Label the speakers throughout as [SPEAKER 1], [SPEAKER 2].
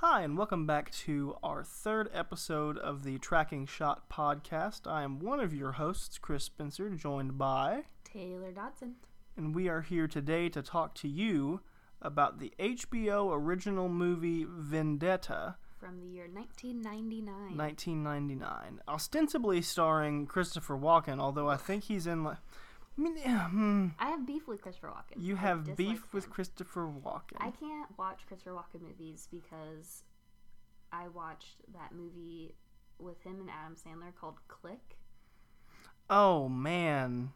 [SPEAKER 1] Hi, and welcome back to our third episode of the Tracking Shot podcast. I am one of your hosts, Chris Spencer, joined by,
[SPEAKER 2] Taylor Dodson.
[SPEAKER 1] and we are here today to talk to you about the HBO original movie Vendetta,
[SPEAKER 2] from the year 1999.
[SPEAKER 1] 1999, ostensibly starring Christopher Walken, although I think he's in like. I mean, yeah, hmm,
[SPEAKER 2] I have beef with Christopher Walken.
[SPEAKER 1] you
[SPEAKER 2] I
[SPEAKER 1] have
[SPEAKER 2] dislike
[SPEAKER 1] beef with
[SPEAKER 2] him.
[SPEAKER 1] Christopher Walken.
[SPEAKER 2] I can't watch Christopher Walken movies because I watched that movie with him and Adam Sandler called Click,
[SPEAKER 1] oh, man.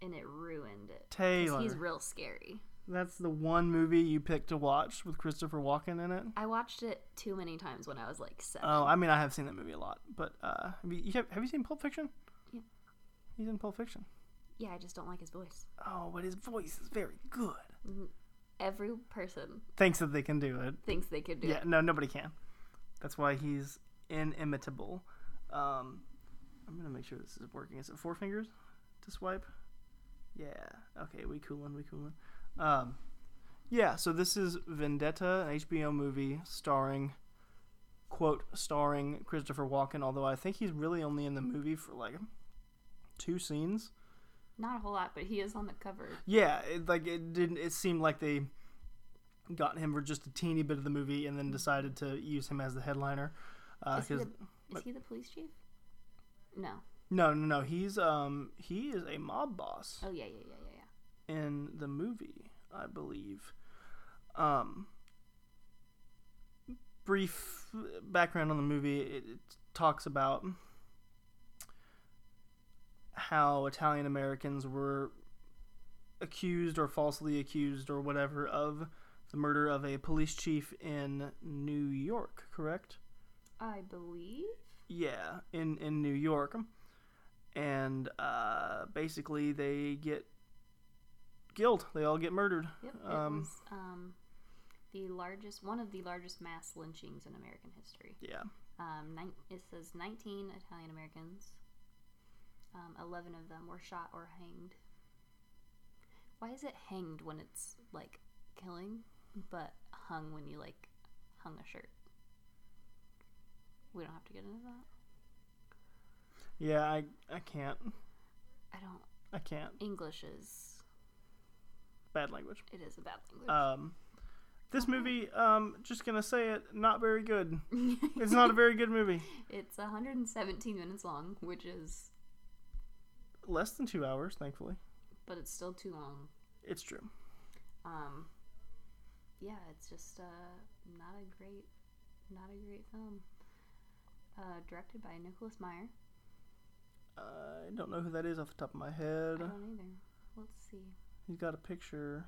[SPEAKER 2] and it ruined it. 'Cause
[SPEAKER 1] Taylor.
[SPEAKER 2] He's real scary.
[SPEAKER 1] That's the one movie you picked to watch with Christopher Walken in it.
[SPEAKER 2] I watched it too many times when I was like seven.
[SPEAKER 1] Oh, I mean, I have seen that movie a lot, but uh, have you you have, have you seen Pulp Fiction?
[SPEAKER 2] Yeah.
[SPEAKER 1] He's in Pulp Fiction.
[SPEAKER 2] yeah, I just don't like his voice.
[SPEAKER 1] Oh, but his voice is very good.
[SPEAKER 2] Every person
[SPEAKER 1] Thinks that they can do it.
[SPEAKER 2] thinks they could do
[SPEAKER 1] Yeah,
[SPEAKER 2] it.
[SPEAKER 1] no, nobody can. That's why he's inimitable. Um, I'm gonna make sure this is working. Is it four fingers to swipe? Yeah. Okay, we coolin', we coolin'. Um, yeah. So this is Vendetta, an HBO movie starring, quote, starring Christopher Walken. Although I think he's really only in the movie for like two scenes.
[SPEAKER 2] Not a whole lot, but he is on the cover.
[SPEAKER 1] Yeah, it, like it didn't. It seemed like they got him for just a teeny bit of the movie, and then decided to use him as the headliner. Uh,
[SPEAKER 2] Is, he,
[SPEAKER 1] 'cause-
[SPEAKER 2] the, is he the police chief? No.
[SPEAKER 1] no, no, no. He's um he is a mob boss
[SPEAKER 2] Oh yeah, yeah, yeah, yeah, yeah.
[SPEAKER 1] in the movie, I believe. Um, brief background on the movie. It, it talks about how Italian Americans were accused or falsely accused or whatever of the murder of a police chief in New York, correct?
[SPEAKER 2] I believe.
[SPEAKER 1] Yeah, in in New York, and uh, basically they get killed. They all get murdered.
[SPEAKER 2] Yep.
[SPEAKER 1] Um,
[SPEAKER 2] it was um, the largest, one of the largest mass lynchings in American history.
[SPEAKER 1] Yeah,
[SPEAKER 2] Um, nine, it says 19 Italian Americans. Um, 11 of them were shot or hanged. Why is it hanged when it's like killing, but hung when you like hung a shirt? We don't have to get into that.
[SPEAKER 1] yeah. I I can't.
[SPEAKER 2] I don't.
[SPEAKER 1] I can't.
[SPEAKER 2] English is
[SPEAKER 1] Bad language.
[SPEAKER 2] it is a bad language.
[SPEAKER 1] Um, this movie. Um, just gonna say it. Not very good. Uh, It's not a very good movie.
[SPEAKER 2] it's 117 minutes long, which is
[SPEAKER 1] Less than two hours, thankfully.
[SPEAKER 2] but it's still too long.
[SPEAKER 1] It's true.
[SPEAKER 2] Um, yeah, it's just uh, not a great, not a great film. Uh, directed by Nicholas Meyer.
[SPEAKER 1] I don't know who that is off the top of my
[SPEAKER 2] I
[SPEAKER 1] head.
[SPEAKER 2] don't either. Let's see.
[SPEAKER 1] He's got a picture.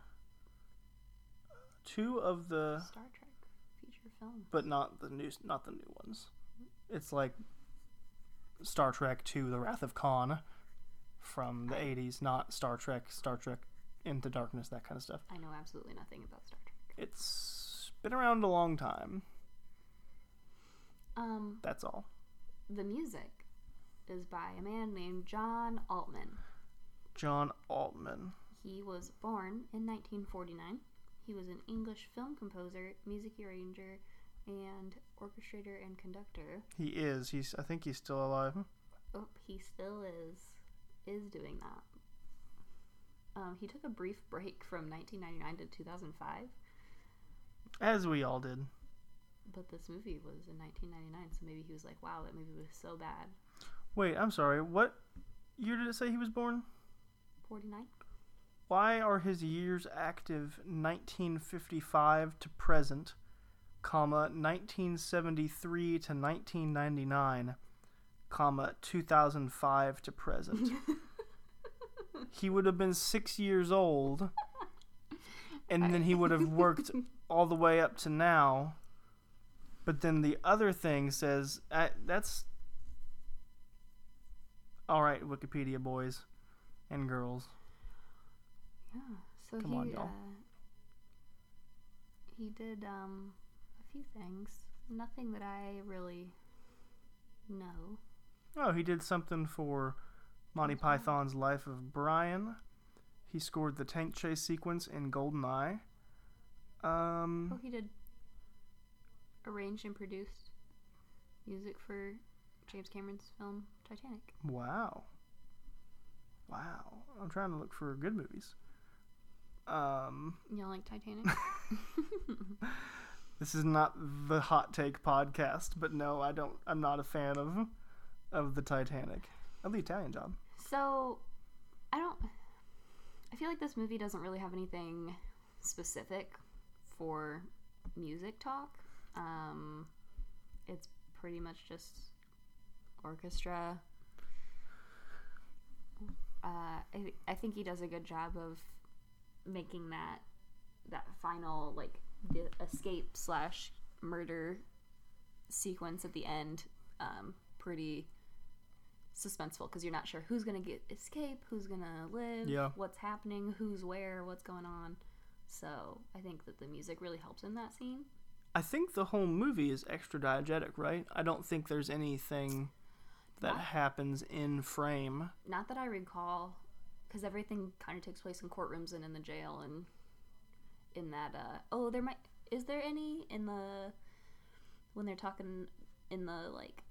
[SPEAKER 1] Two of the
[SPEAKER 2] Star Trek feature film.
[SPEAKER 1] but not the new not the new ones. It's like Star Trek to The Wrath of Khan from the eighties, not Star Trek, Star Trek Into Darkness, that kind of stuff.
[SPEAKER 2] I know absolutely nothing about Star Trek.
[SPEAKER 1] It's been around a long time.
[SPEAKER 2] Um,
[SPEAKER 1] That's all.
[SPEAKER 2] the music is by a man named John Altman.
[SPEAKER 1] John Altman.
[SPEAKER 2] He was born in 1949. He was an English film composer, music arranger, and orchestrator and conductor.
[SPEAKER 1] He is. He's. I think he's still alive.
[SPEAKER 2] Oh, he still is is doing that. Um, he took a brief break from 1999 to 2005,
[SPEAKER 1] As we all did.
[SPEAKER 2] but this movie was in 1999, so maybe he was like, "Wow, that movie was so bad."
[SPEAKER 1] Wait, I'm sorry. What year did it say he was born?
[SPEAKER 2] 49.
[SPEAKER 1] Why are his years active 1955 to present, comma 1973 to 1999, comma 2005 to present? he would have been 6 years old and then he would have worked all the way up to now. But then the other thing says I, that's All right, Wikipedia boys and girls.
[SPEAKER 2] Yeah. So
[SPEAKER 1] Come
[SPEAKER 2] he
[SPEAKER 1] on, y'all.
[SPEAKER 2] Uh, he did um, a few things. Nothing that I really know.
[SPEAKER 1] Oh, he did something for Monty Python's Life of Brian. He scored the tank chase sequence in GoldenEye.
[SPEAKER 2] Oh,
[SPEAKER 1] Um,
[SPEAKER 2] he did a arranged and produced music for James Cameron's film Titanic.
[SPEAKER 1] Wow. Wow. I'm trying to look for good movies. Um,
[SPEAKER 2] Y'all like Titanic?
[SPEAKER 1] this is not the hot take podcast, but no, I don't. I'm not a fan of of the Titanic. Of the Italian Job.
[SPEAKER 2] so, I don't. I feel like this movie doesn't really have anything specific for music talk. Um, it's pretty much just orchestra. Uh, I, I think he does a good job of making that that final like the escape slash murder sequence at the end um, pretty suspenseful because you're not sure who's gonna get escape, who's gonna live,
[SPEAKER 1] Yeah.
[SPEAKER 2] what's happening, who's where, what's going on. So I think that the music really helps in that scene.
[SPEAKER 1] I think the whole movie is extra diegetic, right? I don't think there's anything that
[SPEAKER 2] Not-
[SPEAKER 1] happens in frame.
[SPEAKER 2] Not that I recall, because everything kind of takes place in courtrooms and in the jail and in that. Uh, oh, there might is there any in the when they're talking in the like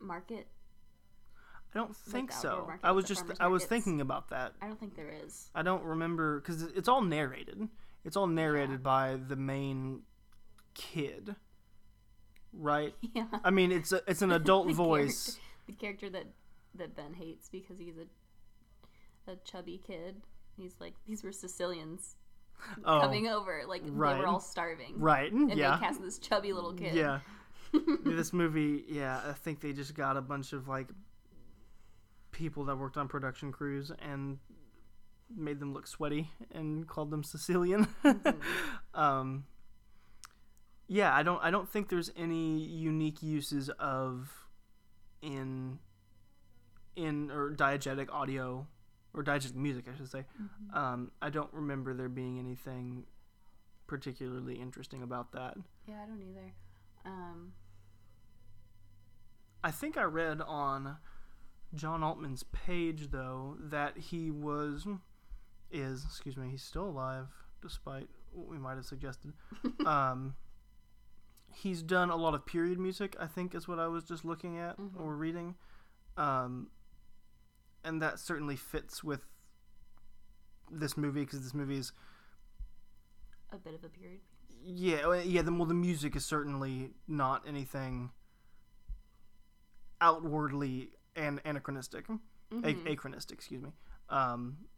[SPEAKER 2] market?
[SPEAKER 1] I don't think
[SPEAKER 2] the outdoor
[SPEAKER 1] so.
[SPEAKER 2] markets,
[SPEAKER 1] I was
[SPEAKER 2] the
[SPEAKER 1] just
[SPEAKER 2] farmers
[SPEAKER 1] I was
[SPEAKER 2] markets.
[SPEAKER 1] thinking about that.
[SPEAKER 2] I don't think there is.
[SPEAKER 1] I don't remember because it's all narrated. It's all narrated by the main kid, right?
[SPEAKER 2] Yeah,
[SPEAKER 1] I mean, it's a, it's an adult
[SPEAKER 2] The
[SPEAKER 1] voice.
[SPEAKER 2] the character that that Ben hates because he's a a chubby kid. He's like these were Sicilians
[SPEAKER 1] Oh,
[SPEAKER 2] coming over, like they
[SPEAKER 1] right.
[SPEAKER 2] were all starving,
[SPEAKER 1] right?
[SPEAKER 2] and
[SPEAKER 1] yeah,
[SPEAKER 2] they cast this chubby little kid.
[SPEAKER 1] yeah. this movie, yeah, I think they just got a bunch of like people that worked on production crews and made them look sweaty and called them Sicilian. um, yeah, I don't I don't think there's any unique uses of in in or diegetic audio or diegetic music, I should say. Um, I don't remember there being anything particularly interesting about that.
[SPEAKER 2] Yeah, I don't either. Um,
[SPEAKER 1] I think I read on John Altman's page though that he was is excuse me he's still alive despite what we might have suggested. um, he's done a lot of period music. I think is what I was just looking at
[SPEAKER 2] Mhm.
[SPEAKER 1] or reading, um, and that certainly fits with this movie because this movie is
[SPEAKER 2] a bit of a period.
[SPEAKER 1] yeah, well, yeah. The, well, the music is certainly not anything outwardly and anachronistic,
[SPEAKER 2] Mhm.
[SPEAKER 1] a- achronistic. Excuse me, um,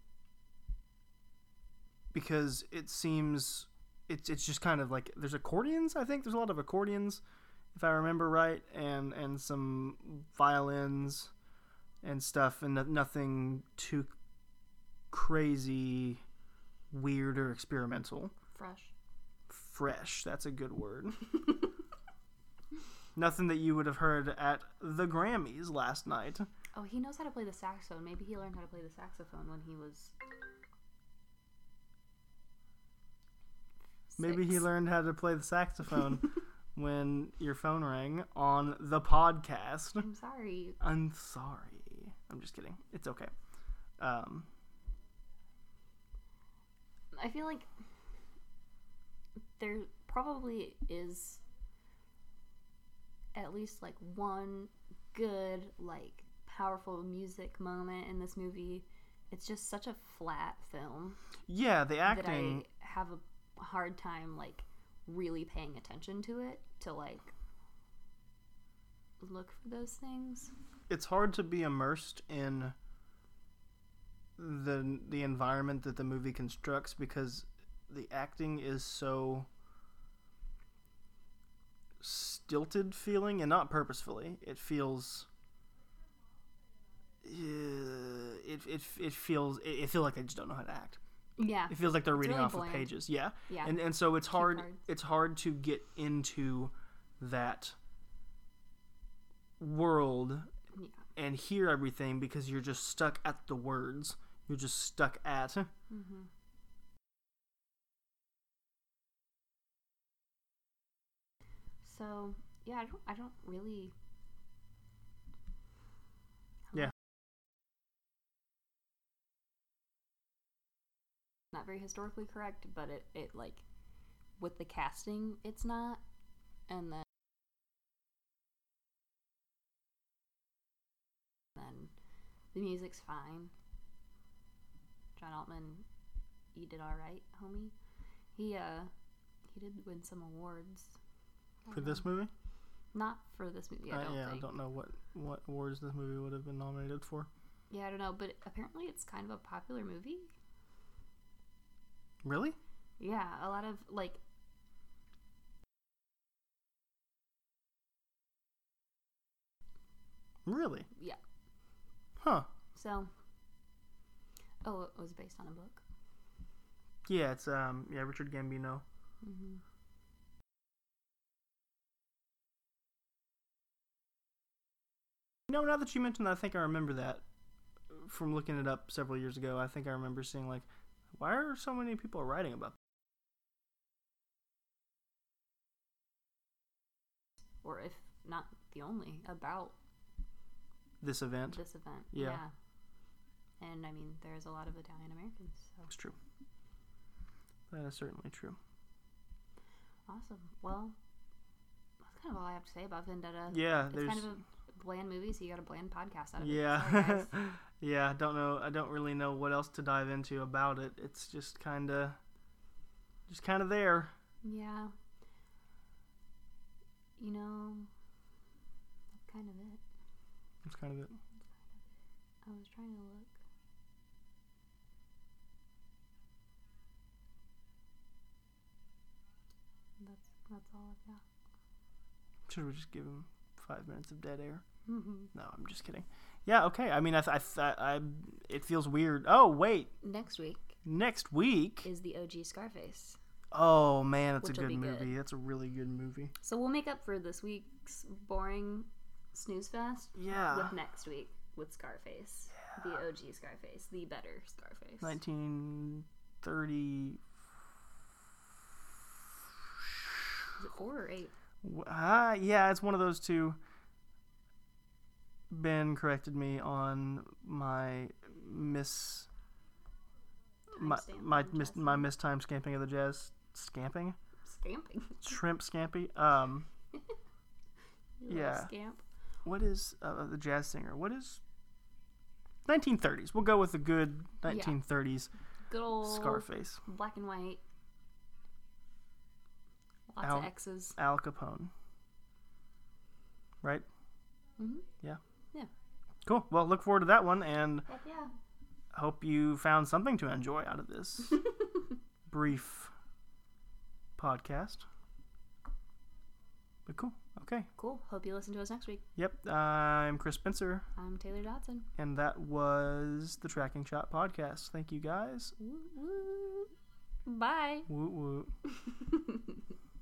[SPEAKER 1] because it seems it's it's just kind of like there's accordions. I think there's a lot of accordions, if I remember right, and and some violins and stuff, and no- nothing too crazy, weird or experimental
[SPEAKER 2] Fresh.
[SPEAKER 1] fresh. That's a good word. Nothing that you would have heard at the Grammys last night.
[SPEAKER 2] Oh, he knows how to play the saxophone. Maybe he learned how to play the saxophone when he was.
[SPEAKER 1] Maybe he
[SPEAKER 2] six.
[SPEAKER 1] learned how to play the saxophone when your phone rang on the podcast.
[SPEAKER 2] I'm sorry.
[SPEAKER 1] I'm sorry. I'm just kidding. It's okay. Um,
[SPEAKER 2] I feel like there probably is at least like one good, like powerful music moment in this movie. It's just such a flat film.
[SPEAKER 1] yeah, the acting.
[SPEAKER 2] that I have a hard time like really paying attention to it to like look for those things.
[SPEAKER 1] It's hard to be immersed in the the environment that the movie constructs because the acting is so stilted feeling and not purposefully it feels Uh, it, it, it feels it, it feels like they just don't know how to act
[SPEAKER 2] Yeah.
[SPEAKER 1] it feels like they're reading
[SPEAKER 2] really
[SPEAKER 1] off
[SPEAKER 2] bland.
[SPEAKER 1] of pages yeah
[SPEAKER 2] Yeah.
[SPEAKER 1] and and so it's hard
[SPEAKER 2] cards.
[SPEAKER 1] it's hard to get into that world
[SPEAKER 2] yeah.
[SPEAKER 1] and hear everything because you're just stuck at the words you're just stuck at
[SPEAKER 2] Mm-hmm. So yeah, I don't I don't really
[SPEAKER 1] Yeah.
[SPEAKER 2] Not very historically correct, but it, it like with the casting it's not. And then The music's fine. John Altman, he did all right, homie. He uh, he did win some awards. I
[SPEAKER 1] for
[SPEAKER 2] don't
[SPEAKER 1] this
[SPEAKER 2] know.
[SPEAKER 1] movie.
[SPEAKER 2] Not for this movie. Mm-hmm. I
[SPEAKER 1] Uh,
[SPEAKER 2] don't
[SPEAKER 1] yeah, I
[SPEAKER 2] think.
[SPEAKER 1] don't know what what awards this movie would have been nominated for.
[SPEAKER 2] Yeah, I don't know. But apparently, it's kind of a popular movie.
[SPEAKER 1] Really?
[SPEAKER 2] Yeah, a lot of like.
[SPEAKER 1] Really?
[SPEAKER 2] Yeah.
[SPEAKER 1] Huh.
[SPEAKER 2] So. Oh, it was based on a book.
[SPEAKER 1] Yeah, it's um yeah Richard Gambino.
[SPEAKER 2] Mm-hmm.
[SPEAKER 1] You know, now that you mentioned that, I think I remember that from looking it up several years ago. I think I remember seeing like, why are so many people writing about?
[SPEAKER 2] Or if not the only about
[SPEAKER 1] This event.
[SPEAKER 2] this event.
[SPEAKER 1] Yeah.
[SPEAKER 2] Yeah. And I mean, there's a lot of Italian Americans. So
[SPEAKER 1] It's true. That is certainly true.
[SPEAKER 2] awesome. Well, that's kind of all I have to say about Vendetta.
[SPEAKER 1] Yeah,
[SPEAKER 2] It's
[SPEAKER 1] there's.
[SPEAKER 2] kind of a bland movie, so you got a bland podcast out of it. Sorry,
[SPEAKER 1] yeah,
[SPEAKER 2] guys.
[SPEAKER 1] yeah. I don't know. I don't really know what else to dive into about it. It's just kind of, just kind of there.
[SPEAKER 2] yeah. You know, that's kind of it.
[SPEAKER 1] It's kind of it.
[SPEAKER 2] I was trying to look. That's that's all I've got.
[SPEAKER 1] Should we just give him five minutes of dead air?
[SPEAKER 2] Mhm.
[SPEAKER 1] No, I'm just kidding. Yeah. Okay. I mean, I, th- I, th- I, it feels weird. Oh wait,
[SPEAKER 2] Next week
[SPEAKER 1] next week.
[SPEAKER 2] is the OG Scarface.
[SPEAKER 1] Oh man, that's a
[SPEAKER 2] Which will
[SPEAKER 1] good
[SPEAKER 2] be good.
[SPEAKER 1] movie. That's a really good movie.
[SPEAKER 2] So we'll make up for this week's boring snooze fest
[SPEAKER 1] Yeah.
[SPEAKER 2] with next week with Scarface, the OG Scarface, the better Scarface.
[SPEAKER 1] 1930.
[SPEAKER 2] Is it four or eight?
[SPEAKER 1] Ah, yeah, it's one of those two. Ben corrected me on my miss my
[SPEAKER 2] Timestamp
[SPEAKER 1] my
[SPEAKER 2] on
[SPEAKER 1] mis,
[SPEAKER 2] Jazz.
[SPEAKER 1] my miss time scamping of the jazz scamping
[SPEAKER 2] Scamping.
[SPEAKER 1] shrimp scampy. Um,
[SPEAKER 2] You little
[SPEAKER 1] Yeah.
[SPEAKER 2] Scamp.
[SPEAKER 1] what is uh, the jazz singer? What is 1930s? We'll go with a good 1930s
[SPEAKER 2] Good old
[SPEAKER 1] Scarface.
[SPEAKER 2] black and white. Lots
[SPEAKER 1] Al-
[SPEAKER 2] of X's.
[SPEAKER 1] Al Capone. Right?
[SPEAKER 2] Mm-hmm.
[SPEAKER 1] Yeah.
[SPEAKER 2] Yeah.
[SPEAKER 1] Cool. Well, look forward to that one and
[SPEAKER 2] Heck yeah.
[SPEAKER 1] hope you found something to enjoy out of this brief podcast. But cool. Okay.
[SPEAKER 2] Cool. Hope you listen to us next week.
[SPEAKER 1] Yep. I'm Chris Spencer,
[SPEAKER 2] I'm Taylor Dodson.
[SPEAKER 1] and that was the Tracking Shot Podcast. Thank you guys.
[SPEAKER 2] Woo, woo. Bye.
[SPEAKER 1] Woot woot.